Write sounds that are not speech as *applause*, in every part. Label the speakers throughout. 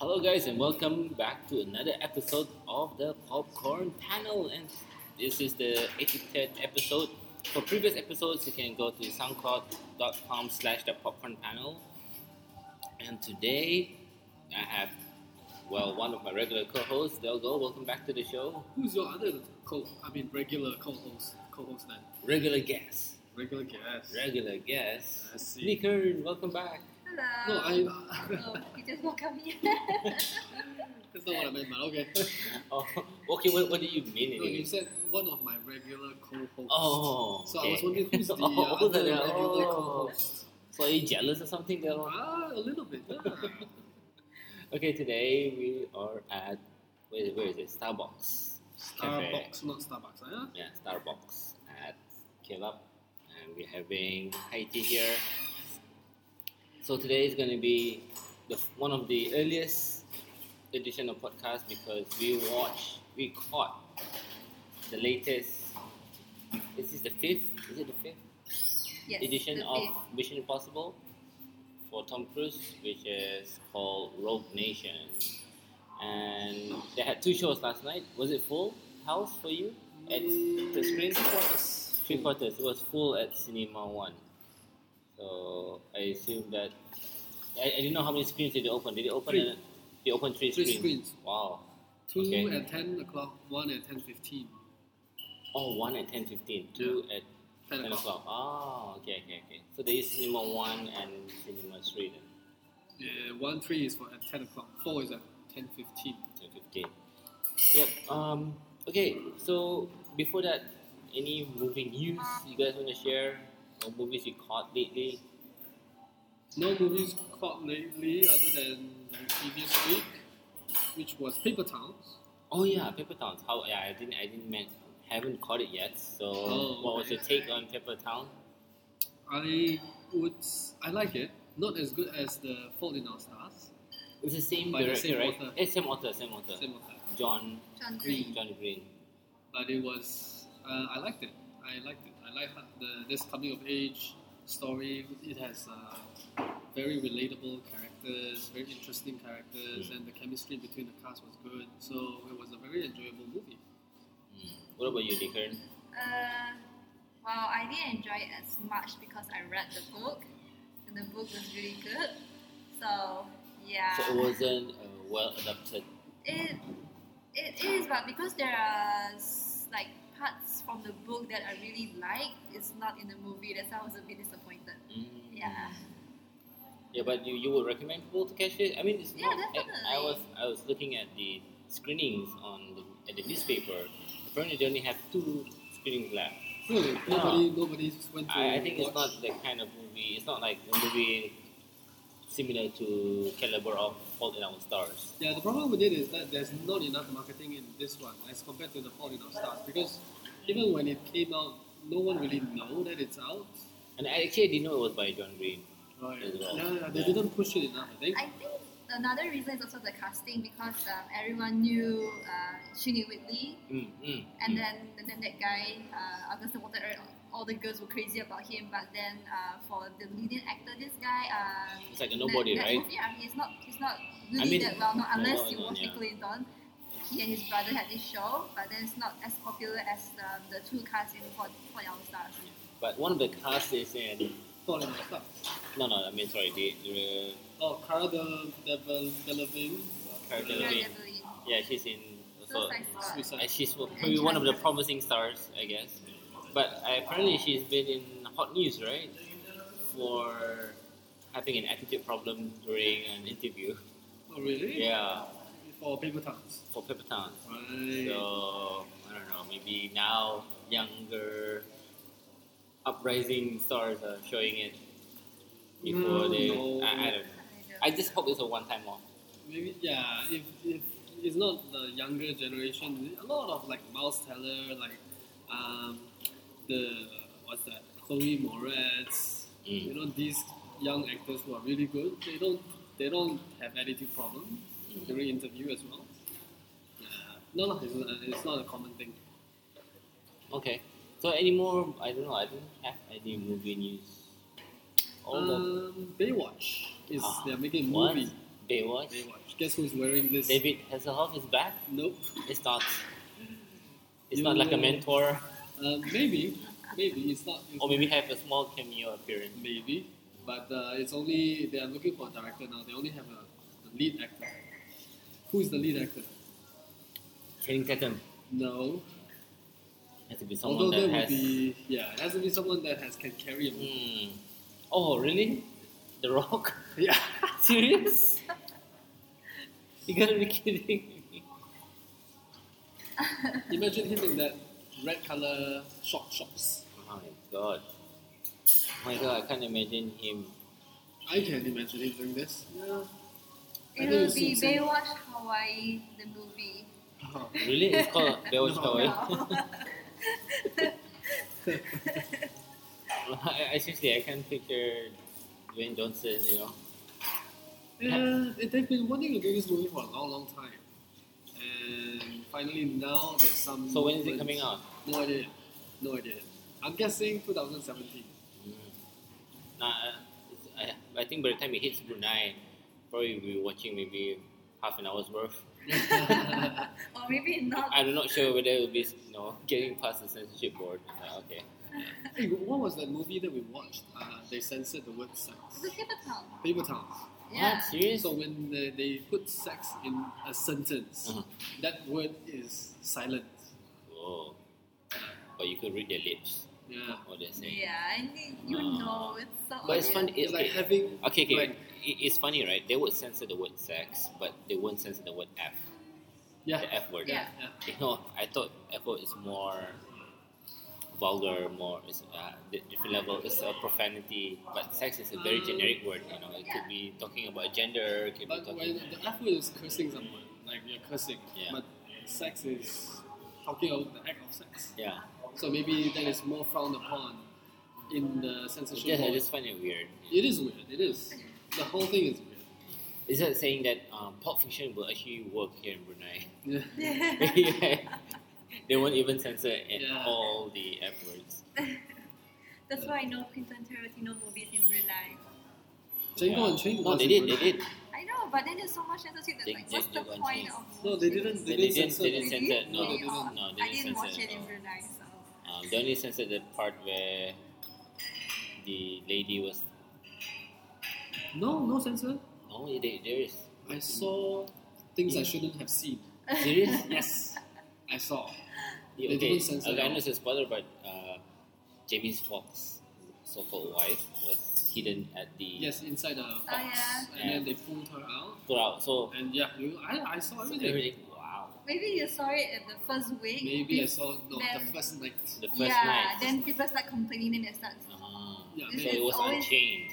Speaker 1: Hello, guys, and welcome back to another episode of the Popcorn Panel. And this is the 83rd episode. For previous episodes, you can go to soundcloud.com slash the popcorn panel. And today, I have, well, one of my regular co hosts, Delgo. Welcome back to the show.
Speaker 2: Who's your other co? I mean, regular co-host, co-host then?
Speaker 1: Regular guest.
Speaker 2: Regular guest.
Speaker 1: Regular guest.
Speaker 2: I see.
Speaker 1: Sneaker, welcome back.
Speaker 2: No,
Speaker 3: Hello.
Speaker 2: I. *laughs*
Speaker 3: oh, you just woke up *laughs* here.
Speaker 2: that's not what I meant, but okay.
Speaker 1: Oh, *laughs* okay, what, what do you mean?
Speaker 2: No, Oh, you
Speaker 1: anyway?
Speaker 2: said one of my regular co-hosts.
Speaker 1: Oh,
Speaker 2: So I was
Speaker 1: okay.
Speaker 2: wondering
Speaker 1: *laughs*
Speaker 2: who's the uh,
Speaker 1: Oh,
Speaker 2: other
Speaker 1: the-
Speaker 2: regular
Speaker 1: oh.
Speaker 2: co-host?
Speaker 1: So are you jealous or something, Delgo?
Speaker 2: Ah, a little bit. yeah.
Speaker 1: Okay, today we are at where is it, where is it? Starbucks.
Speaker 2: Starbucks, not Starbucks, huh?
Speaker 1: Yeah, Starbucks at Caleb, and we're having high tea here. So today is going to be the one of the earliest edition of podcast because we watched, we caught the latest. This is the fifth. Is it the fifth?
Speaker 3: yes,
Speaker 1: edition
Speaker 3: the
Speaker 1: of
Speaker 3: fifth.
Speaker 1: Mission Impossible for Tom Cruise, which is called Rogue Nation. And they had two shows last night. Was it full house for you at the screen?
Speaker 2: Quarters.
Speaker 1: Three quarters. It was full at Cinema One. So I assume that I, I didn't know how many screens did they open. Did they open?
Speaker 2: Three.
Speaker 1: a- they opened three,
Speaker 2: Three
Speaker 1: screens.
Speaker 2: screens.
Speaker 1: Wow.
Speaker 2: Two
Speaker 1: Okay.
Speaker 2: at ten o'clock, one at ten fifteen.
Speaker 1: Oh, one at ten fifteen. Two at
Speaker 2: Ten
Speaker 1: ten
Speaker 2: o'clock.
Speaker 1: o'clock. Oh, okay, okay, okay. So there is Cinema One and Cinema Three then.
Speaker 2: Yeah, one three is for at ten o'clock. Four is at ten fifteen.
Speaker 1: 15. Yep. Um, okay, so before that, any movie news you guys want to share? Or movies you caught lately?
Speaker 2: No movies caught lately other than the previous week, which was Paper Towns.
Speaker 1: Oh yeah, Paper Towns. How? Yeah, I didn't. I didn't. Man, haven't caught it yet. So,
Speaker 2: Oh,
Speaker 1: what was
Speaker 2: okay.
Speaker 1: your take on Paper Town?
Speaker 2: I would s- I like it. Not as good as the Fault in Our Stars.
Speaker 1: It's the same
Speaker 2: By the
Speaker 1: director,
Speaker 2: same
Speaker 1: right?
Speaker 2: author.
Speaker 1: Eh, same author. Same author.
Speaker 2: Same of that.
Speaker 1: John.
Speaker 3: John Green.
Speaker 1: John Green.
Speaker 2: But it was uh, I liked it. I liked it. I like the this coming of age story. It has uh, very relatable characters, very interesting characters,
Speaker 1: Mm.
Speaker 2: and the chemistry between the cast was good. So it was a very enjoyable movie.
Speaker 1: Hmm. What about you, Nikern?
Speaker 3: Uh, well, I didn't enjoy it as much because I read the book, and the book was really good. So yeah,
Speaker 1: So it wasn't uh, well adapted.
Speaker 3: it it is, but because there are s- like parts from the book that I really like, it's not in the movie. That's why I was a bit disappointed.
Speaker 1: Mm.
Speaker 3: Yeah.
Speaker 1: Yeah, but you, you would recommend people to catch this? I mean, it's
Speaker 3: Yeah,
Speaker 1: not. I, I
Speaker 3: definitely.
Speaker 1: was I was looking at the screenings on the, at the newspaper. Apparently, they only have two screenings left.
Speaker 2: Really,
Speaker 1: Yeah.
Speaker 2: nobody nobody went to.
Speaker 1: I, I think it's
Speaker 2: watch-
Speaker 1: not the kind of movie. It's not like a movie similar to caliber of Fault in Our Stars.
Speaker 2: Yeah, the problem with it is that there's not enough marketing in this one as compared to the Fault in Our Stars because even when it came out, no one really know that it's out.
Speaker 1: And I actually didn't know it was by John Green.
Speaker 2: Right.
Speaker 1: As well.
Speaker 2: Yeah, yeah, they
Speaker 1: Yeah.
Speaker 2: didn't push it enough. I think.
Speaker 3: I think another reason is also the casting because um, everyone knew uh, Shinny Whitley.
Speaker 1: Mm, mm,
Speaker 3: And
Speaker 1: mm.
Speaker 3: then, and then that guy, uh, August the Water, all the girls were crazy about him. But then, uh, for the leading actor, this guy, uh,
Speaker 1: It's like a nobody,
Speaker 3: that, that
Speaker 1: right?
Speaker 3: movie, I mean, he's not, he's not really
Speaker 1: I mean,
Speaker 3: that well known
Speaker 1: not
Speaker 3: unless
Speaker 1: well
Speaker 3: you
Speaker 1: known,
Speaker 3: watch
Speaker 1: yeah.
Speaker 3: Nickelodeon. He and his brother had this show, but then it's not as popular as um, the two cast in for for Young Stars.
Speaker 1: But one of the cast is in.
Speaker 2: Fault in Our Stars.
Speaker 1: No, no, I mean, sorry. The, the
Speaker 2: Oh, Cara De- Devil- Delevingne.
Speaker 1: Cara
Speaker 2: Uh,
Speaker 1: Delevingne.
Speaker 3: Definitely.
Speaker 1: yeah, she's in.
Speaker 3: So
Speaker 1: So,
Speaker 3: it's like Scott.
Speaker 2: Suicide.
Speaker 1: And she's probably one of the promising stars, I guess. But uh, apparently, she's been in hot news, right? For having an attitude problem during an interview.
Speaker 2: Oh, really?
Speaker 1: Yeah,
Speaker 2: For Paper Towns.
Speaker 1: for Pepper Town.
Speaker 2: Right.
Speaker 1: So, I don't know, maybe now younger uprising stars are showing it before
Speaker 2: Mm,
Speaker 1: they.
Speaker 2: no.
Speaker 1: I, I don't know. I just hope it's a one time off.
Speaker 2: Maybe yeah. If, if it's not the younger generation, a lot of like Miles Teller, like um, the what's that Chloe Moretz, you
Speaker 1: Mm.
Speaker 2: know these young actors who are really good. They don't they don't have attitude problem
Speaker 1: Mm.
Speaker 2: during interview as well. Yeah. No, no, it's, not- it's not a common thing.
Speaker 1: Okay. So, any more? I don't know, I don't have any movie news. All the
Speaker 2: Um, Baywatch is
Speaker 1: Ah,
Speaker 2: they're making a
Speaker 1: what?
Speaker 2: movie.
Speaker 1: Baywatch.
Speaker 2: Baywatch. Guess who's wearing this?
Speaker 1: David Hasselhoff is back.
Speaker 2: Nope.
Speaker 1: It's not. It's
Speaker 2: You-
Speaker 1: not like a mentor,
Speaker 2: Uh, maybe, maybe it's not.
Speaker 1: or Oh, maybe have a small cameo appearance.
Speaker 2: maybe, but uh, it's only they are looking for a director now. They only have a, a lead actor. Who is the lead actor?
Speaker 1: Channing Tatum
Speaker 2: No.
Speaker 1: has to be someone
Speaker 2: Although
Speaker 1: that
Speaker 2: there
Speaker 1: has.
Speaker 2: would be yeah, it has to be someone that has can carry a movie.
Speaker 1: Hmm. Oh really? The Rock? *laughs*
Speaker 2: Yeah.
Speaker 1: Serious? *laughs* You gotta be kidding. me.
Speaker 2: Imagine him in that red color short shorts.
Speaker 1: Oh my god. Oh my god, I can't imagine him.
Speaker 2: I can imagine him doing this. Yeah. I
Speaker 3: It
Speaker 2: think
Speaker 3: will
Speaker 2: it's
Speaker 3: be
Speaker 2: insane.
Speaker 3: Baywatch Hawaii, the movie.
Speaker 2: Oh.
Speaker 1: Really? It's *laughs* called Baywatch
Speaker 2: No.
Speaker 1: Hawaii?
Speaker 3: Wow.
Speaker 1: *laughs* I, I seriously, I can't picture Dwayne Johnson, you know.
Speaker 2: Yeah, they- they've been wanting to do this movie for a long, long time. And finally now there's some
Speaker 1: So when is it coming
Speaker 2: movement.
Speaker 1: out?
Speaker 2: No idea. No idea. I'm guessing 2017.
Speaker 1: Mm. Nah, uh, it's- I, I think by the time it hits Brunei, probably we'll be watching maybe half an hour's worth.
Speaker 3: *laughs* or maybe
Speaker 1: *laughs*
Speaker 3: not.
Speaker 1: I'm not sure whether it'll be you know, getting past the censorship board. Uh, okay.
Speaker 2: hey, what was that movie that we watched? Uh, they censored the word sex.
Speaker 3: The Paper Town.
Speaker 2: Paper Town.
Speaker 3: Yeah.
Speaker 1: What? Serious?
Speaker 2: So when they, they put sex in a sentence,
Speaker 1: Uh-huh.
Speaker 2: that word is silent.
Speaker 1: Oh. But you could read their lips,
Speaker 2: Yeah.
Speaker 1: what they're saying.
Speaker 3: Yeah, I need, you
Speaker 1: Ah.
Speaker 3: know it's so
Speaker 1: But it's
Speaker 3: obvious.
Speaker 1: funny. It,
Speaker 2: It's like
Speaker 1: okay,
Speaker 2: having
Speaker 1: okay, okay.
Speaker 2: like-
Speaker 1: it, it's funny, right? They would censor the word sex, but they won't censor the word F.
Speaker 2: yeah.
Speaker 1: The F word.
Speaker 3: Yeah.
Speaker 2: yeah.
Speaker 1: You *laughs* know, I thought F word is more vulgar, more it's, uh, di- different level. It's a profanity, but sex is a very
Speaker 2: Um,
Speaker 1: generic word. You know, it could be talking about gender. It could be
Speaker 2: But when
Speaker 1: talking.
Speaker 2: the F word is cursing someone, like you're cursing,
Speaker 1: Yeah.
Speaker 2: but sex is talking about the act of sex.
Speaker 1: Yeah,
Speaker 2: So maybe that is more frowned upon in the censorship.
Speaker 1: yeah, I
Speaker 2: board.
Speaker 1: just find it weird.
Speaker 2: It is weird. It is. The whole thing is weird.
Speaker 1: Is that saying that um, Pulp Fiction will actually work here in
Speaker 2: *laughs*
Speaker 1: Brunei? *laughs*
Speaker 3: Yeah.
Speaker 1: yeah. They won't even censor at
Speaker 2: Yeah.
Speaker 1: all the F words.
Speaker 3: *laughs* That's why no Quentin Tarantino movies in real life.
Speaker 2: Django
Speaker 1: Yeah.
Speaker 2: Unchained
Speaker 1: No,
Speaker 2: was
Speaker 1: they did.
Speaker 2: in
Speaker 1: They
Speaker 2: Brunei.
Speaker 1: did.
Speaker 3: I know, but then there's so much censorship that
Speaker 1: They-
Speaker 3: like,
Speaker 1: they-
Speaker 3: what's
Speaker 1: they
Speaker 3: the
Speaker 1: don't
Speaker 3: point
Speaker 1: change.
Speaker 3: of
Speaker 2: No, they didn't. They
Speaker 1: They didn't-
Speaker 2: didn't censor.
Speaker 1: they didn't
Speaker 2: it.
Speaker 1: censor it. No,
Speaker 2: they
Speaker 3: Really?
Speaker 2: didn't.
Speaker 1: No, they
Speaker 3: I
Speaker 1: didn't
Speaker 3: didn't watch
Speaker 1: censor
Speaker 3: it
Speaker 1: it,
Speaker 3: in
Speaker 1: no.
Speaker 3: real life, so.
Speaker 1: Um, they only censored the part where the lady was.
Speaker 2: No, no censor.
Speaker 1: No, it- there there is.
Speaker 2: I saw things I
Speaker 1: Yeah.
Speaker 2: shouldn't have seen.
Speaker 1: Serious?
Speaker 3: *laughs*
Speaker 2: Yes, I saw.
Speaker 1: Yeah,
Speaker 2: They
Speaker 1: okay,
Speaker 2: didn't censor
Speaker 1: okay, I
Speaker 2: it.
Speaker 1: know it's a spoiler, but uh, Jamie's Fox, so-called wife, was hidden at the
Speaker 2: Yes, inside a box,
Speaker 3: Oh, yeah.
Speaker 2: and then they pulled her out,
Speaker 1: pull out. So
Speaker 2: and yeah, you, I, I saw everything.
Speaker 1: everything. Wow.
Speaker 3: Maybe you saw it at the first week.
Speaker 2: Maybe I saw no
Speaker 3: Then-
Speaker 2: the first night.
Speaker 1: The first
Speaker 3: yeah,
Speaker 1: night.
Speaker 3: then people start complaining and they start. *laughs*
Speaker 1: Ah.
Speaker 2: Yeah,
Speaker 3: This
Speaker 1: so
Speaker 2: maybe-
Speaker 1: it was
Speaker 3: is always-
Speaker 1: unchained.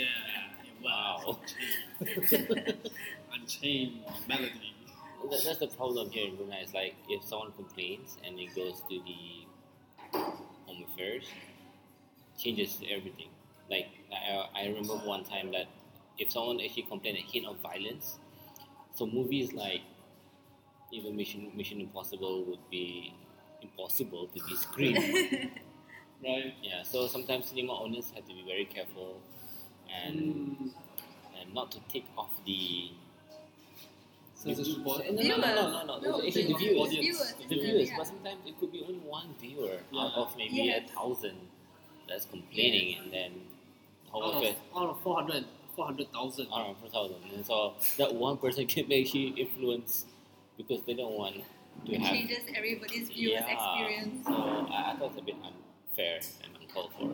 Speaker 2: yeah.
Speaker 1: Wow.
Speaker 2: Unchained melody.
Speaker 1: That, that's the problem here in Brunei. It's like if someone complains and it goes to the Home Affairs, changes everything. Like I, I remember one time that if someone actually complained a hint of violence, so movies like even Mission Mission Impossible would be impossible to be
Speaker 3: *laughs*
Speaker 1: screened.
Speaker 2: Right.
Speaker 1: yeah, so sometimes cinema owners have to be very careful and
Speaker 2: Mm.
Speaker 1: and not to take off the
Speaker 2: Censorship board.
Speaker 1: No, no, no, no, *laughs* no, no.
Speaker 3: No,
Speaker 1: Actually, the
Speaker 3: viewers.
Speaker 1: viewers.
Speaker 3: Viewers,
Speaker 1: The viewers,
Speaker 3: yeah.
Speaker 1: but sometimes it could be only one viewer out
Speaker 2: Yeah.
Speaker 1: of maybe a
Speaker 3: Yes.
Speaker 1: thousand that's complaining, and then how
Speaker 2: Out
Speaker 1: of
Speaker 2: of,
Speaker 1: it?
Speaker 2: out of 400 400,000.
Speaker 1: Around four thousand, and so that one person *laughs* can actually influence because they don't want to
Speaker 3: It
Speaker 1: have.
Speaker 3: changes everybody's viewers'
Speaker 1: Yeah.
Speaker 3: experience.
Speaker 1: So I, I thought it's a bit unfair and uncalled for.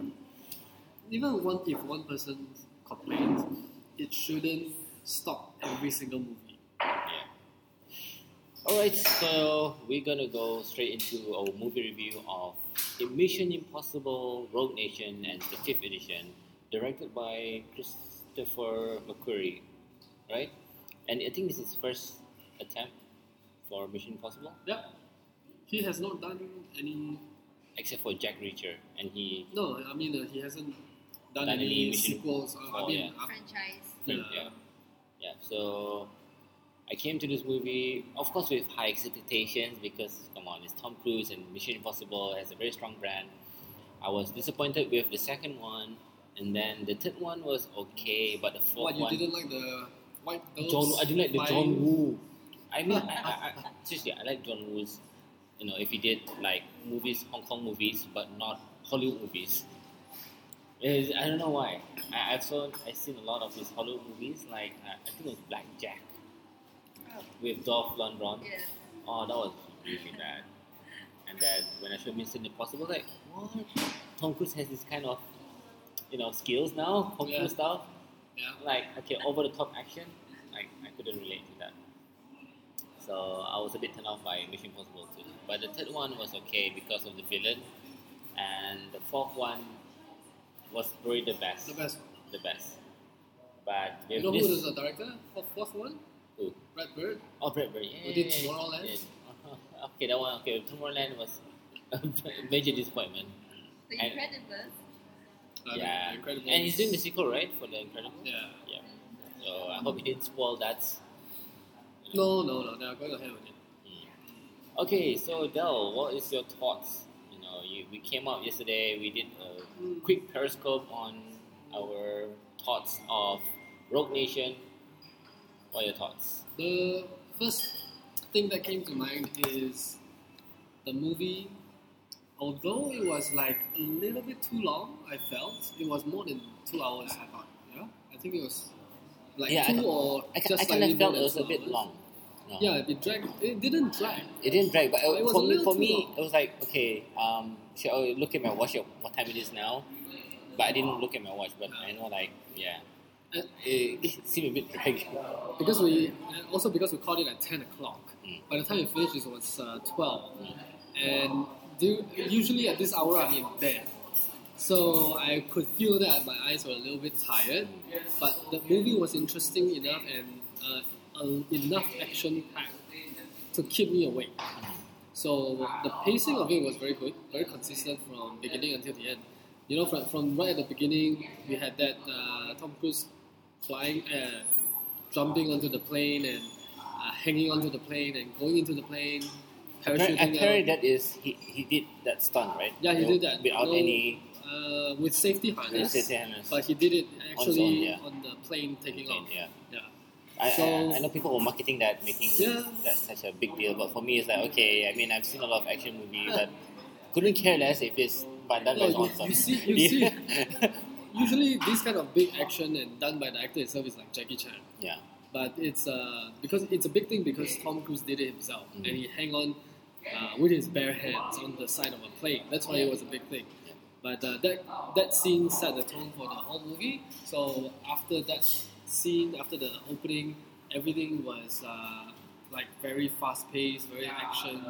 Speaker 2: Even one, if one person complains, it shouldn't stop every single movie.
Speaker 1: All right, so we're gonna go straight into our movie review of Mission Impossible: Rogue Nation and the Fifth Edition, directed by Christopher McQuarrie, right? And I think this is his first attempt for Mission Impossible,
Speaker 2: Yep. He has not done any.
Speaker 1: except for Jack Reacher, and he
Speaker 2: No, I mean, uh, he hasn't done
Speaker 1: Done
Speaker 2: any,
Speaker 1: any mission-
Speaker 2: sequels. Uh,
Speaker 1: Oh,
Speaker 2: I mean,
Speaker 1: yeah.
Speaker 2: after, uh,
Speaker 3: Franchise.
Speaker 1: Yeah. yeah. So I came to this movie, of course, with high expectations because come on, it's Tom Cruise and Mission Impossible has a very strong brand. I was disappointed with the second one, and then the third one was okay, but the fourth
Speaker 2: What, you
Speaker 1: one
Speaker 2: didn't like the wipe those.
Speaker 1: John, I do like the John
Speaker 2: fine-
Speaker 1: Woo. I mean, I, I, I, seriously, I like John Woo's. You know, if he did like movies, Hong Kong movies, but not Hollywood movies. Is- I don't know why. I, I've saw, I've seen a lot of his Hollywood movies, like uh, I think it was Black Jack
Speaker 3: Oh,
Speaker 1: with Dolph Lundgren.
Speaker 3: yeah.
Speaker 1: Oh, that was really bad. And then when I showed Mission Impossible, like what? Tom Cruise has this kind of, you know, skills now, Kung
Speaker 2: Yeah.
Speaker 1: Fu stuff
Speaker 2: Yeah.
Speaker 1: like okay over the top action like i couldn't relate to that so i was a bit turned off by mission impossible 2 but the third one was okay because of the villain and the fourth one was probably the best
Speaker 2: The best one.
Speaker 1: the best but
Speaker 2: You
Speaker 1: with
Speaker 2: know
Speaker 1: this
Speaker 2: who is the director for fourth one?
Speaker 1: Who?
Speaker 2: Brad Bird.
Speaker 1: oh Bradbury
Speaker 2: Who did Tomorrowland?
Speaker 1: Yeah. *laughs* okay that one okay Tomorrowland was *laughs* a major disappointment
Speaker 3: The
Speaker 1: And-
Speaker 3: Incredibles.
Speaker 2: I mean,
Speaker 1: Yeah.
Speaker 2: Incredibles.
Speaker 1: and he's doing the sequel right for the Incredibles
Speaker 2: Yeah.
Speaker 1: so I hope he didn't spoil that
Speaker 2: No, no, no. They are going ahead with it.
Speaker 1: Mm. Okay, so Dell, what is your thoughts? You know, you, we came out yesterday. We did a quick periscope on our thoughts of Rogue Nation. What are your thoughts?
Speaker 2: The first thing that came to mind is the movie. Although it was like a little bit too long, I felt it was more than two hours. I thought, yeah, I think it was like
Speaker 1: Yeah, I
Speaker 2: two
Speaker 1: ca-
Speaker 2: or
Speaker 1: I,
Speaker 2: just
Speaker 1: I kind
Speaker 2: slightly
Speaker 1: of
Speaker 2: more
Speaker 1: felt
Speaker 2: than
Speaker 1: it was
Speaker 2: two
Speaker 1: a bit
Speaker 2: hours.
Speaker 1: long. No.
Speaker 2: Yeah, it dragged. It didn't drag.
Speaker 1: It didn't drag, but
Speaker 2: It
Speaker 1: it,
Speaker 2: was
Speaker 1: for
Speaker 2: a
Speaker 1: me,
Speaker 2: little
Speaker 1: for
Speaker 2: too
Speaker 1: me,
Speaker 2: long.
Speaker 1: it was like okay. Um, should I look at my watch? at What time it is now? But I didn't look at my watch. But I know, like, yeah, Uh,
Speaker 2: And-
Speaker 1: it, it seemed a bit draggy.
Speaker 2: because we and also because we caught it at 10 o'clock
Speaker 1: Mm.
Speaker 2: by the time it finishes it was uh, 12 and do, usually at this hour i'm in bed so i could feel that my eyes were a little bit tired but the movie was interesting enough and uh, uh, enough action packed to keep me awake so the pacing of it was very good, very consistent from beginning until the end. You know, from, from right at the beginning, we had that uh, Tom Cruise flying, uh, jumping onto the plane and uh, hanging onto the plane and going into the plane,
Speaker 1: Apparently,
Speaker 2: parachuting
Speaker 1: apparently
Speaker 2: out,
Speaker 1: that is he, he did that stunt, right?
Speaker 2: Yeah, he
Speaker 1: You know,
Speaker 2: did that.
Speaker 1: without
Speaker 2: No
Speaker 1: any
Speaker 2: uh, with safety harness.
Speaker 1: resistance.
Speaker 2: But he did it actually
Speaker 1: yeah.
Speaker 2: on the plane taking off.
Speaker 1: Yeah.
Speaker 2: Yeah.
Speaker 1: I,
Speaker 2: So-
Speaker 1: I, I know people were marketing that, making
Speaker 2: Yeah.
Speaker 1: that such a big deal. But for me, it's like okay. I mean, I've seen a lot of action movie, but couldn't care less if it's but done by
Speaker 2: No, you-
Speaker 1: someone.
Speaker 2: you see- you see. Usually, this kind of big action and done by the actor itself is like Jackie Chan.
Speaker 1: *laughs* yeah.
Speaker 2: but it's uh, because it's a big thing because Tom Cruise did it himself
Speaker 1: Mm.
Speaker 2: and he hang on uh, with his bare hands on the side of a plane. That's why it was a big thing.
Speaker 1: Yeah.
Speaker 2: But uh, that that scene set the tone for the whole movie. So after that scene, after the opening, everything was uh, like very fast paced, very action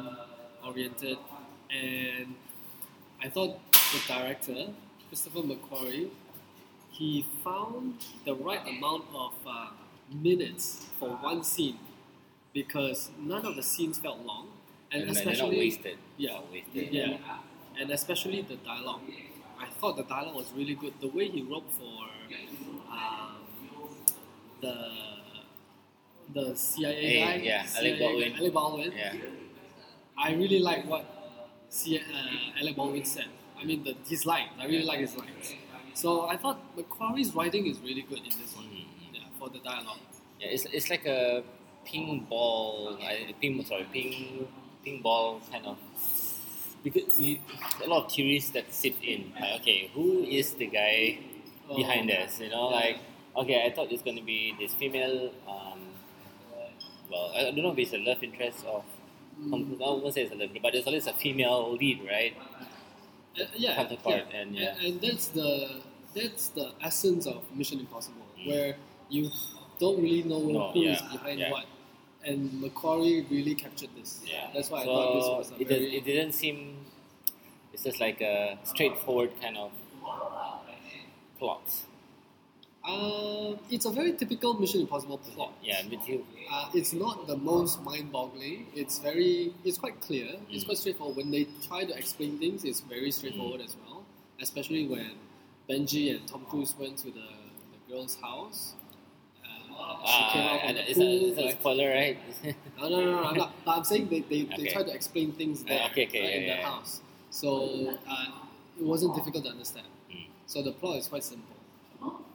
Speaker 2: oriented, and I thought the director Christopher McQuarrie he found the right amount of uh, minutes for one scene because none of the scenes felt long, and,
Speaker 1: And, they're not
Speaker 2: especially
Speaker 1: wasted.
Speaker 2: yeah,
Speaker 1: Not wasted.
Speaker 2: yeah, and especially the dialogue. I thought the dialogue was really good. The way he wrote for um, the the CIA
Speaker 1: Eh,
Speaker 2: guy,
Speaker 1: yeah, Alec
Speaker 2: CIA
Speaker 1: Baldwin.
Speaker 2: guy, Alec Baldwin.
Speaker 1: Yeah.
Speaker 2: I really like what C- uh, Alec Baldwin said. I mean, the, his lines. I really like his lines. So I thought Macquarie's writing is really good in this one.
Speaker 1: Mm.
Speaker 2: Yeah, for the dialogue.
Speaker 1: Yeah, it's, it's like a ping ball, I ping sorry, ping ping ball kind of. Because you, a lot of theories that sit in. Like, okay, who is the guy
Speaker 2: Oh,
Speaker 1: behind this? You know,
Speaker 2: yeah.
Speaker 1: like okay, I thought it's gonna be this female. Um, well, I don't know if it's a love interest of. I
Speaker 2: Mm.
Speaker 1: won't say it's a love, but there's always a female lead, right?
Speaker 2: Uh, yeah, yeah.
Speaker 1: Counterpart, and yeah,
Speaker 2: And, and that's the that's the essence of Mission Impossible,
Speaker 1: Mm.
Speaker 2: where you don't really know
Speaker 1: No,
Speaker 2: who is
Speaker 1: yeah,
Speaker 2: behind
Speaker 1: yeah.
Speaker 2: what. And Macquarie really captured this.
Speaker 1: Yeah.
Speaker 2: That's why I
Speaker 1: so
Speaker 2: thought this was a
Speaker 1: it,
Speaker 2: very
Speaker 1: does, it didn't seem. It's just like a straightforward kind of plot.
Speaker 2: Uh, it's a very typical Mission Impossible plot.
Speaker 1: Yeah, with you.
Speaker 2: Uh, it's not the most mind-boggling. It's very, it's quite clear. It's
Speaker 1: Mm.
Speaker 2: quite straightforward. When they try to explain things, it's very straightforward as well. Especially when Benji and Tom Cruise went to the, the girl's house. Uh, she
Speaker 1: Ah,
Speaker 2: came out from
Speaker 1: and
Speaker 2: the
Speaker 1: it's,
Speaker 2: pool,
Speaker 1: a, it's a
Speaker 2: like-
Speaker 1: spoiler, right? *laughs*
Speaker 2: no, no, no, no. I'm, not, but I'm saying they, they, they
Speaker 1: Okay.
Speaker 2: try to explain things
Speaker 1: Uh,
Speaker 2: there
Speaker 1: okay, okay,
Speaker 2: uh,
Speaker 1: yeah,
Speaker 2: in the
Speaker 1: yeah, yeah.
Speaker 2: house. So uh, it wasn't difficult to understand.
Speaker 1: Mm.
Speaker 2: So the plot is quite simple,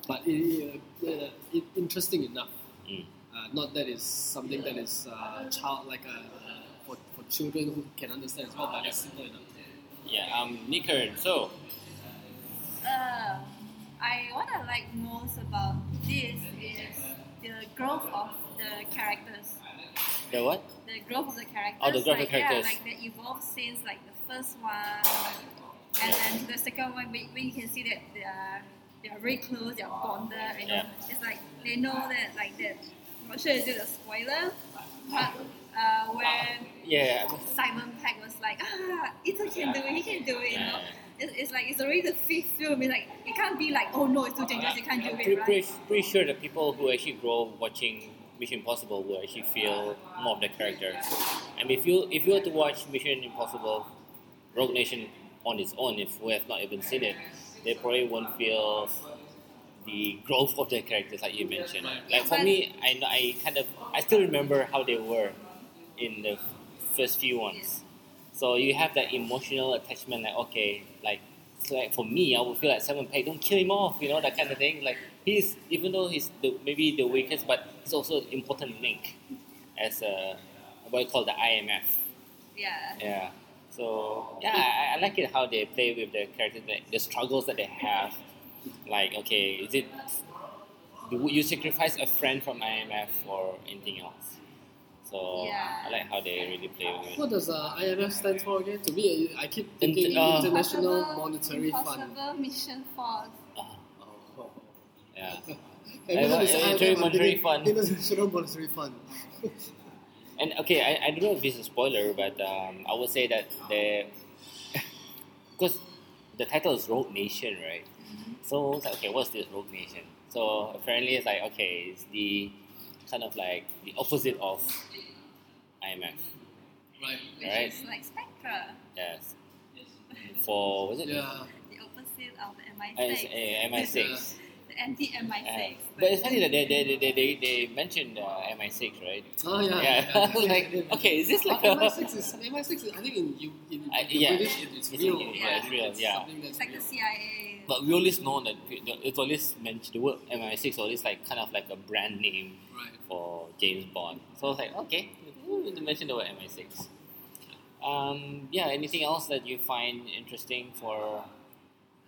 Speaker 2: but it, uh, uh, it, interesting enough.
Speaker 1: Mm.
Speaker 2: Uh, not that it's something that is uh, child like uh, for, for children who can understand as well, but it's simple enough.
Speaker 1: Yeah, um, Nikon. So,
Speaker 3: Uh, I what I like most about this is the growth of the characters.
Speaker 1: the what?
Speaker 3: The growth of the characters.
Speaker 1: Oh, the growth of
Speaker 3: like,
Speaker 1: characters.
Speaker 3: Yeah, like they evolve since like the first one, and then the second one. When, when you can see that they are they are very close, they are bonded. You know, it's like they know that like that. I'm not sure is it a spoiler, but uh, when
Speaker 1: Yeah.
Speaker 3: Simon Pegg was like, ah, Ethan can do it, he can do it, you know.
Speaker 1: Yeah.
Speaker 3: It's, it's like, it's already the fifth film, it's like, it can't be like, oh no, it's too dangerous, you can't do
Speaker 1: I'm
Speaker 3: it,
Speaker 1: pretty,
Speaker 3: right?
Speaker 1: pretty, pretty sure the people who actually grow watching Mission Impossible will actually feel more of the character. I mean, if you if you were to watch Mission Impossible, Rogue Nation on its own, if we have not even seen it, they probably won't feel the growth of the characters like you mentioned. Like for me, I I kind of I still remember how they were in the first few ones. So you have that emotional attachment, like okay, like so, like for me, I would feel like Simon Pegg, don't kill him off, you know, that kind of thing. Like he's even though he's the, maybe the weakest, but he's also an important link as a what you call the IMF.
Speaker 3: Yeah.
Speaker 1: Yeah. So yeah, I, I like it how they play with the characters, like the struggles that they have. Like okay, is it do you sacrifice a friend from IMF or anything else? So
Speaker 3: Yeah.
Speaker 1: I like how they really play with it.
Speaker 2: What does uh, IMF stand for again? To me, I I keep
Speaker 1: Int-
Speaker 2: thinking
Speaker 1: uh,
Speaker 2: International
Speaker 3: Impossible-
Speaker 2: Monetary Fund.
Speaker 3: Impossible Mission Force.
Speaker 1: Ah,
Speaker 2: Oh.
Speaker 1: yeah.
Speaker 2: Every time I say
Speaker 1: International
Speaker 2: IMF, I'm
Speaker 1: Monetary
Speaker 2: thinking
Speaker 1: Fund.
Speaker 2: International Monetary Fund.
Speaker 1: And okay, I, I don't know if this is a spoiler, but um, I would say that the *laughs* because the title is Rogue Nation, right? So it's like, okay, what's this Rogue Nation? So apparently, it's like okay, it's the kind of like the opposite of IMF,
Speaker 2: Right.
Speaker 3: Which
Speaker 1: Right.
Speaker 3: is like Spectra,
Speaker 1: yes. For was it?
Speaker 2: Yeah.
Speaker 3: *laughs* the opposite of the
Speaker 1: Uh, it's,
Speaker 3: MI6,
Speaker 1: uh, MI6.
Speaker 3: the anti-MI6.
Speaker 1: Uh, but it's funny that they they, they, they, they mentioned uh, MI6, right?
Speaker 2: Oh yeah.
Speaker 1: Yeah.
Speaker 2: yeah, yeah,
Speaker 1: *laughs* like
Speaker 2: yeah, yeah.
Speaker 1: okay, is this
Speaker 2: Uh,
Speaker 1: like a
Speaker 2: MI6 is MI6 is I think in you in,
Speaker 1: I-
Speaker 2: the
Speaker 1: yeah.
Speaker 2: British it- it's
Speaker 1: It's
Speaker 2: real.
Speaker 1: real,
Speaker 3: yeah, it's
Speaker 2: right?
Speaker 1: real, yeah.
Speaker 2: something that's
Speaker 3: It's like the
Speaker 2: real.
Speaker 3: CIA.
Speaker 1: But we always know that pe- the- it's always mentioned the word MI6 always like kind of like a brand name
Speaker 2: Right.
Speaker 1: for James Bond. So I was like, okay, you mention the word MI6. Um, yeah, anything else that you find interesting for?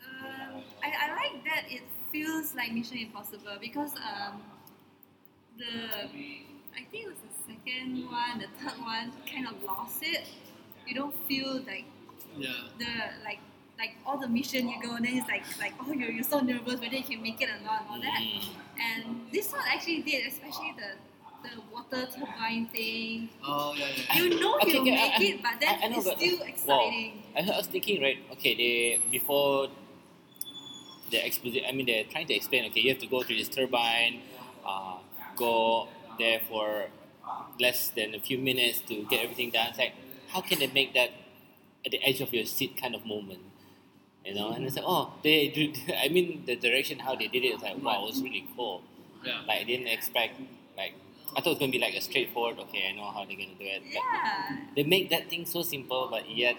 Speaker 3: Um, I, I like that it feels like Mission Impossible because um, the I think it was the second one, the third one kind of lost it. You don't feel like
Speaker 2: Yeah.
Speaker 3: the like like all the mission you go, then it's like like oh you're, you're so nervous whether you can make it or not and all that.
Speaker 1: Mm,
Speaker 3: And this one actually did, especially the the water turbine thing.
Speaker 2: Oh yeah, yeah.
Speaker 3: You know
Speaker 1: Okay,
Speaker 3: you'll
Speaker 1: okay, I-
Speaker 3: make
Speaker 1: I-
Speaker 3: it, but then
Speaker 1: I know,
Speaker 3: it's
Speaker 1: but-
Speaker 3: still exciting.
Speaker 1: I was thinking, right? Okay, they before the exposition. I mean, they're trying to explain. Okay, you have to go to this turbine, uh, go there for less than a few minutes to get everything done. It's like, how can they make that at the edge of your seat kind of moment? You know, and it's like, oh, they. Do, *laughs* I mean, the direction how they did it is like, wow, it's really cool.
Speaker 2: Yeah.
Speaker 1: Like I didn't expect. Like I thought it was gonna be like a straightforward. Okay, I know how they're gonna do it. But
Speaker 3: Yeah.
Speaker 1: they make that thing so simple, but yet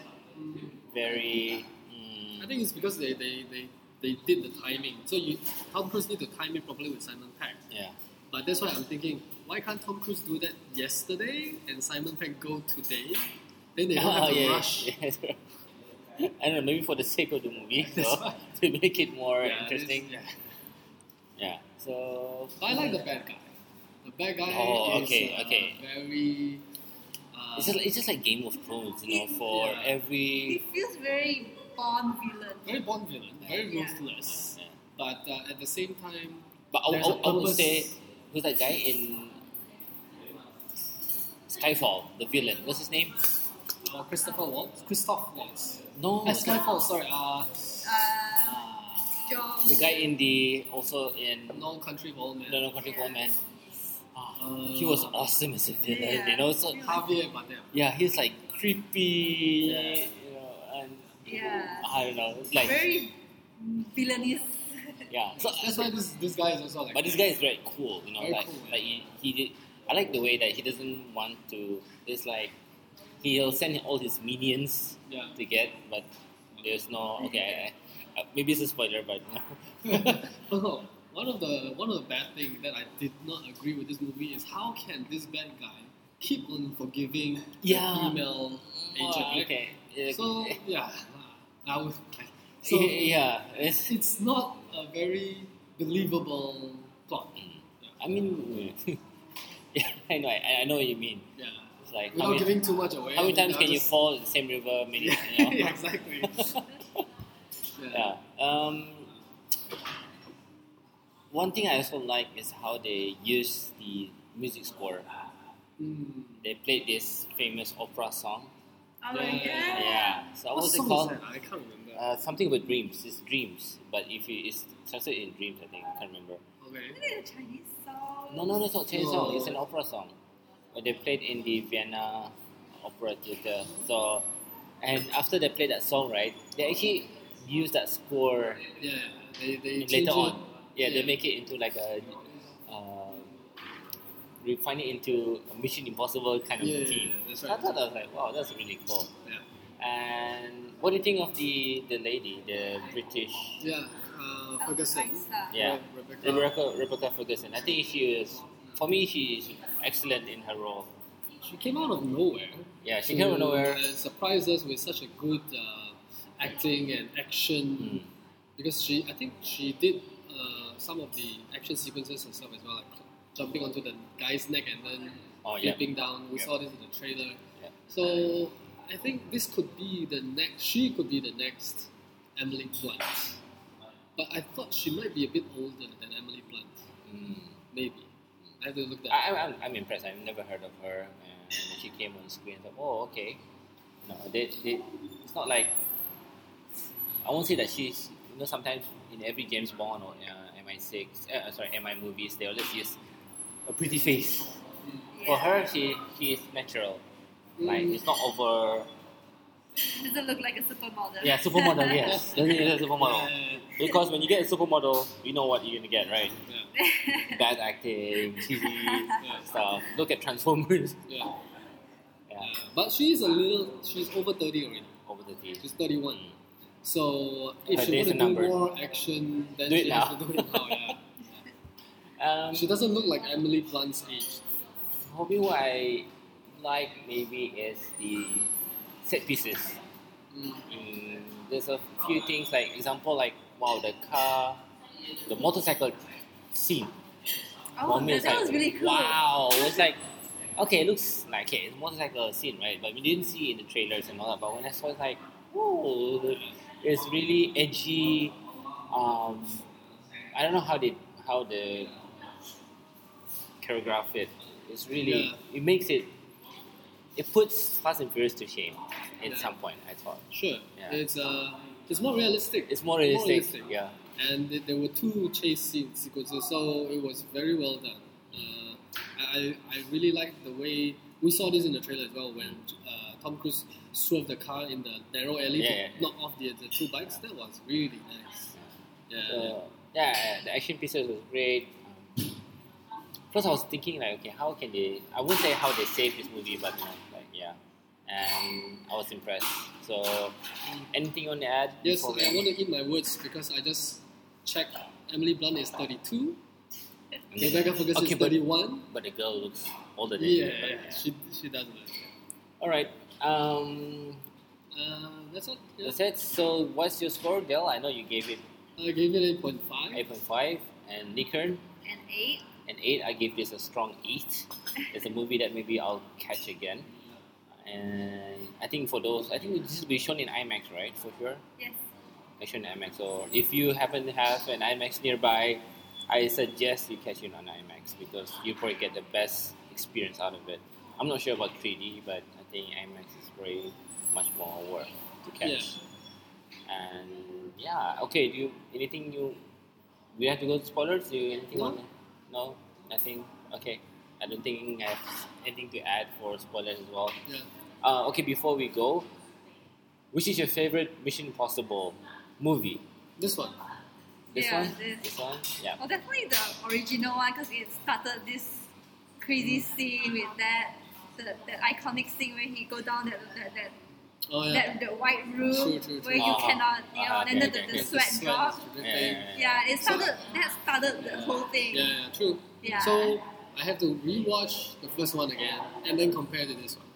Speaker 1: very. Mm,
Speaker 2: I think it's because they, they, they, they did the timing. So you Tom Cruise need to time it properly with Simon Pegg.
Speaker 1: yeah.
Speaker 2: But that's why I'm thinking, why can't Tom Cruise do that yesterday and Simon Pegg go today? Then they
Speaker 1: *laughs*
Speaker 2: don't
Speaker 1: Oh,
Speaker 2: have to
Speaker 1: yeah,
Speaker 2: rush.
Speaker 1: yes. *laughs* I don't know. Maybe for the sake of the movie,
Speaker 2: That's
Speaker 1: so
Speaker 2: why.
Speaker 1: *laughs* to make it more
Speaker 2: Yeah,
Speaker 1: interesting.
Speaker 2: this- yeah.
Speaker 1: Yeah. So.
Speaker 2: But I like the bad guy. The bad guy
Speaker 1: Oh,
Speaker 2: is
Speaker 1: okay,
Speaker 2: uh,
Speaker 1: okay.
Speaker 2: very. Uh,
Speaker 1: It's just, it's just like Game of Thrones, you know. For
Speaker 2: Yeah.
Speaker 3: It
Speaker 1: every.
Speaker 3: feels very Bond villain.
Speaker 2: very Bond villain, very
Speaker 3: Yeah.
Speaker 2: ruthless.
Speaker 1: Yeah.
Speaker 2: But uh, at the same time,
Speaker 1: But I,
Speaker 2: there's
Speaker 1: I,
Speaker 2: a
Speaker 1: I would
Speaker 2: purpose.
Speaker 1: say who's that guy in Skyfall, the villain. What's his name?
Speaker 2: uh, Christopher Waltz, Christoph Waltz,
Speaker 1: No.
Speaker 2: uh, Skyfall. Sorry, uh,
Speaker 3: Uh,
Speaker 1: Ah,
Speaker 3: John.
Speaker 1: the guy in the also in
Speaker 2: No Country for Old Men.
Speaker 1: No Ah, No Country for Old Men.
Speaker 2: Uh,
Speaker 1: He was awesome as a villain,
Speaker 3: Yeah.
Speaker 1: you know. So
Speaker 2: Javier Bardem.
Speaker 1: yeah, he's like creepy,
Speaker 2: Yeah.
Speaker 1: you know, and
Speaker 3: Yeah.
Speaker 1: I don't know, like
Speaker 3: very villainous.
Speaker 1: yeah. So,
Speaker 2: That's why this this guy is also like.
Speaker 1: but this guy is very cool, you know.
Speaker 2: Very
Speaker 1: like
Speaker 2: cool, yeah.
Speaker 1: like he, he did. I like the way that he doesn't want to. It's like he'll send all his minions
Speaker 2: Yeah. *laughs*
Speaker 1: to get,
Speaker 3: *laughs*
Speaker 1: but there's no okay. I, I, maybe it's a spoiler, but
Speaker 2: oh, one of the one of the bad things that I did not agree with this movie is how can this bad guy keep on forgiving
Speaker 1: Yeah.
Speaker 2: the female
Speaker 1: *laughs*
Speaker 2: agent?
Speaker 1: Oh,
Speaker 2: right?
Speaker 1: okay. Uh,
Speaker 2: So yeah, I was. *laughs* So
Speaker 1: *laughs* yeah, it's,
Speaker 2: it's not a very believable plot.
Speaker 1: Mm. I mean, *laughs* yeah, I know, I, I know what you mean.
Speaker 2: Yeah,
Speaker 1: It's like
Speaker 2: without
Speaker 1: how many,
Speaker 2: giving too much away.
Speaker 1: how many
Speaker 2: I mean,
Speaker 1: times
Speaker 2: I'll
Speaker 1: can you
Speaker 2: just-
Speaker 1: fall in the same river? Many,
Speaker 2: *laughs* Yeah,
Speaker 1: you know? *laughs*
Speaker 2: yeah, exactly. yeah.
Speaker 1: Yeah. Um, one thing I also like is how they use the music score.
Speaker 2: Mm.
Speaker 1: They played this famous opera song.
Speaker 3: Oh
Speaker 2: Yeah.
Speaker 3: my god.
Speaker 1: Yeah. So what,
Speaker 2: What
Speaker 1: was it
Speaker 2: song is
Speaker 1: called?
Speaker 2: that? I can't remember.
Speaker 1: Uh, something with dreams. It's dreams, but if it, it's translated in dreams, I think I can't remember.
Speaker 2: okay.
Speaker 3: Isn't it a Chinese song?
Speaker 1: No, no, no, it's not Chinese
Speaker 2: No.
Speaker 1: song. It's an opera song. But they played in the Vienna Opera Theatre. So, and after they played that song, right? They actually used that score
Speaker 2: Yeah, they they change
Speaker 1: later
Speaker 2: it.
Speaker 1: on. Yeah, they
Speaker 2: Yeah.
Speaker 1: make it into like a uh, refine it into a Mission Impossible kind of
Speaker 2: Yeah, yeah,
Speaker 1: theme.
Speaker 2: yeah, that's
Speaker 1: So I
Speaker 2: right.
Speaker 1: thought I was like, wow, that's really cool.
Speaker 2: Yeah.
Speaker 1: And what do you think of the the lady, the British?
Speaker 2: Yeah, uh,
Speaker 3: Oh,
Speaker 2: Ferguson.
Speaker 3: Raisa.
Speaker 1: Yeah.
Speaker 2: Rebecca.
Speaker 1: Rebecca, Rebecca Ferguson. I think she is, for me, she is excellent in her role.
Speaker 2: She came out of nowhere.
Speaker 1: Yeah, she
Speaker 2: Mm.
Speaker 1: came out of nowhere.
Speaker 2: And surprised us with such a good uh, acting and action.
Speaker 1: Mm.
Speaker 2: Because she, I think she did uh, some of the action sequences herself as well, like jumping onto the guy's neck and then
Speaker 1: Oh yeah,
Speaker 2: flipping down. We
Speaker 1: Yeah.
Speaker 2: saw this in the trailer.
Speaker 1: Yeah.
Speaker 2: So I think this could be the next. She could be the next Emily Blunt. But I thought she might be a bit older than Emily Blunt.
Speaker 1: mm.
Speaker 2: Maybe I have to look that. up.
Speaker 1: I, I'm- I'm, I'm impressed. I've never heard of her, and she came on screen. I thought, oh, okay. No, they, they, it's not like I won't say that she's. You know, sometimes in every James Bond or uh, MI6, uh, sorry, MI movies, they always use a pretty face. For her, she she is natural. Like
Speaker 2: Mm.
Speaker 1: it's not over.
Speaker 3: Doesn't look like a supermodel.
Speaker 1: Yeah,
Speaker 3: *laughs*
Speaker 1: supermodel.
Speaker 2: *laughs*
Speaker 1: Yes, doesn't it? Supermodel.
Speaker 2: Yeah,
Speaker 1: Because when you get a supermodel, you know what you're gonna get, right?
Speaker 2: yeah,
Speaker 1: Bad acting, cheesy
Speaker 2: *laughs* yeah,
Speaker 1: stuff. Look at Transformers. *laughs*
Speaker 2: yeah.
Speaker 1: Yeah,
Speaker 2: Uh, But she is a little. She's over thirty already.
Speaker 1: over the teeth.
Speaker 2: She's thirty-one. So if
Speaker 1: Her
Speaker 2: she
Speaker 1: days
Speaker 2: wants to
Speaker 1: are
Speaker 2: do
Speaker 1: numbered.
Speaker 2: more action, then
Speaker 1: Do it
Speaker 2: she
Speaker 1: now.
Speaker 2: has to do it now. Yeah.
Speaker 1: *laughs* Um,
Speaker 2: she doesn't look like Emily Blunt's age.
Speaker 1: hobby what I like maybe is the set pieces.
Speaker 2: Mm.
Speaker 1: Mm, there's a few things like example like wow the car, the motorcycle scene.
Speaker 3: Oh,
Speaker 1: One
Speaker 3: that,
Speaker 1: minute,
Speaker 3: that
Speaker 1: like,
Speaker 3: was really cool.
Speaker 1: Wow, it's like okay, it looks like okay, it's a motorcycle scene, right? But we didn't see it in the trailers and all that. But when I saw it, it's like, whoa, it's really edgy. Um, I don't know how they how the choreograph it. It's really it makes it it puts Fast and Furious to shame at
Speaker 2: Yeah.
Speaker 1: some point. I thought
Speaker 2: Sure.
Speaker 1: Yeah.
Speaker 2: It's uh, it's more realistic.
Speaker 1: it's more realistic.
Speaker 2: realistic.
Speaker 1: Yeah,
Speaker 2: and th- there were two chase scene sequences, so it was very well done. Uh, I, I I really liked the way we saw this in the trailer as well when uh, Tom Cruise swerved the car in the narrow alley
Speaker 1: Yeah,
Speaker 2: to
Speaker 1: yeah, yeah.
Speaker 2: knock off the, the two bikes. That was really nice. Yeah,
Speaker 1: So, yeah, the action pieces was great. Um, First, I was thinking like, okay, how can they? I wouldn't say how they saved this movie, but you know, like, yeah, and I was impressed. So, anything you want to add?
Speaker 2: yes, I
Speaker 1: before we-
Speaker 2: want to eat my words because I just checked. Emily Blunt is 32. Rebecca Ferguson
Speaker 1: Okay,
Speaker 2: is
Speaker 1: but-
Speaker 2: 31.
Speaker 1: But the girl looks older than
Speaker 2: Yeah,
Speaker 1: you. but
Speaker 2: yeah, she she does look.
Speaker 1: All right. Um,
Speaker 2: Uh, that's all. Yeah.
Speaker 1: that's it. So, what's your score, Del? I know you gave it
Speaker 2: I Uh, gave it 8.5.
Speaker 1: eight point five, and Nikern
Speaker 3: And eight.
Speaker 1: an eight. I gave this a strong eight. It's a movie that maybe I'll catch again. And I think for those, I think this will be shown in IMAX, right? For sure,
Speaker 3: Yes.
Speaker 1: it's shown in IMAX. Or if you happen to have an IMAX nearby, I suggest you catch it on IMAX because you probably get the best experience out of it. I'm not sure about 3D, but I think IMAX is very much more work to catch. And yeah, okay. Do you anything you? Do you have to go to spoilers? Do you anything
Speaker 2: No.
Speaker 1: on? No, nothing. Okay, I don't think I have anything to add for spoilers as well.
Speaker 2: Yeah.
Speaker 1: Uh, okay, before we go, which is your favorite Mission Impossible movie?
Speaker 2: This one.
Speaker 1: This
Speaker 3: yeah,
Speaker 1: one.
Speaker 3: this-
Speaker 1: This one. Yeah.
Speaker 3: Well, definitely the original one because it started this crazy scene with that the, that iconic scene where he go down that that, that
Speaker 2: Oh yeah.
Speaker 3: that the white room
Speaker 2: True, true, true.
Speaker 3: where you
Speaker 1: Uh-huh.
Speaker 3: cannot, you know,
Speaker 1: Uh-huh,
Speaker 3: and then
Speaker 1: okay,
Speaker 3: the,
Speaker 1: okay.
Speaker 3: the
Speaker 2: It's the
Speaker 3: sweat drops.
Speaker 2: it's the
Speaker 1: Yeah,
Speaker 2: drip thing.
Speaker 1: yeah, yeah.
Speaker 3: Yeah, it started. That started the whole thing.
Speaker 2: Yeah, yeah, true.
Speaker 3: Yeah.
Speaker 2: So I have to rewatch the first one again and then compare to
Speaker 3: *laughs*
Speaker 2: this one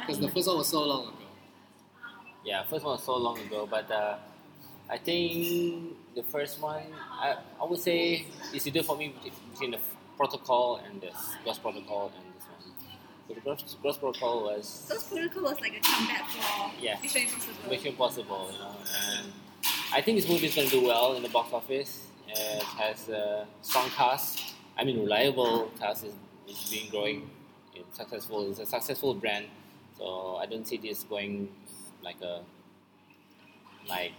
Speaker 2: because the first one was so long ago.
Speaker 1: Yeah, first one was so long ago, but uh, I think the first one, I, I would say, is either for me between the protocol and the Ghost Protocol and this one. So the Ghost, Ghost Protocol was
Speaker 3: Those protocol was like a comeback for
Speaker 1: Yeah.
Speaker 3: Mission Impossible.
Speaker 1: Mission Impossible, you know, and I think this movie is going to do well in the box office. It has a strong cast. I mean, reliable cast is, is being growing. It's successful. It's a successful brand, so I don't see this going like a like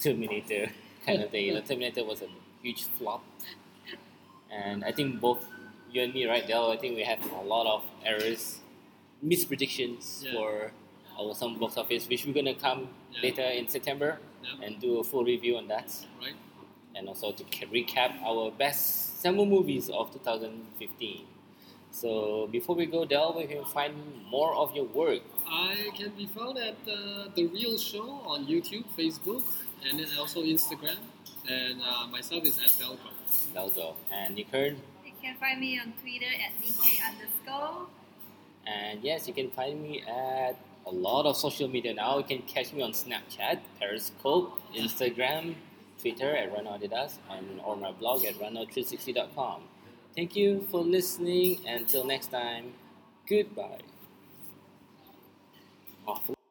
Speaker 1: Terminator *laughs* kind of thing. You know, Terminator was a huge flop, and I think both you and me, right, Dell, I think we had a lot of errors, mispredictions
Speaker 2: Yeah.
Speaker 1: for our some box office, which we're gonna come
Speaker 2: Yeah.
Speaker 1: later in September
Speaker 2: Yeah.
Speaker 1: and do a full review on that,
Speaker 2: Right.
Speaker 1: and also to ca- recap our best summer movies of 2015. So before we go, Dell, we can find more of your work.
Speaker 2: I can be found at uh, The Real Show on YouTube, Facebook, and then also Instagram. And uh, myself is at Belgo.
Speaker 1: That'll go. And you can,
Speaker 3: You can find me on Twitter at DK underscore.
Speaker 1: and yes, you can find me at a lot of social media now. You can catch me on Snapchat, Periscope, Instagram, Twitter at Rano Adidas, and on my blog at Rano360.com. Thank you for listening. Until next time, goodbye. Off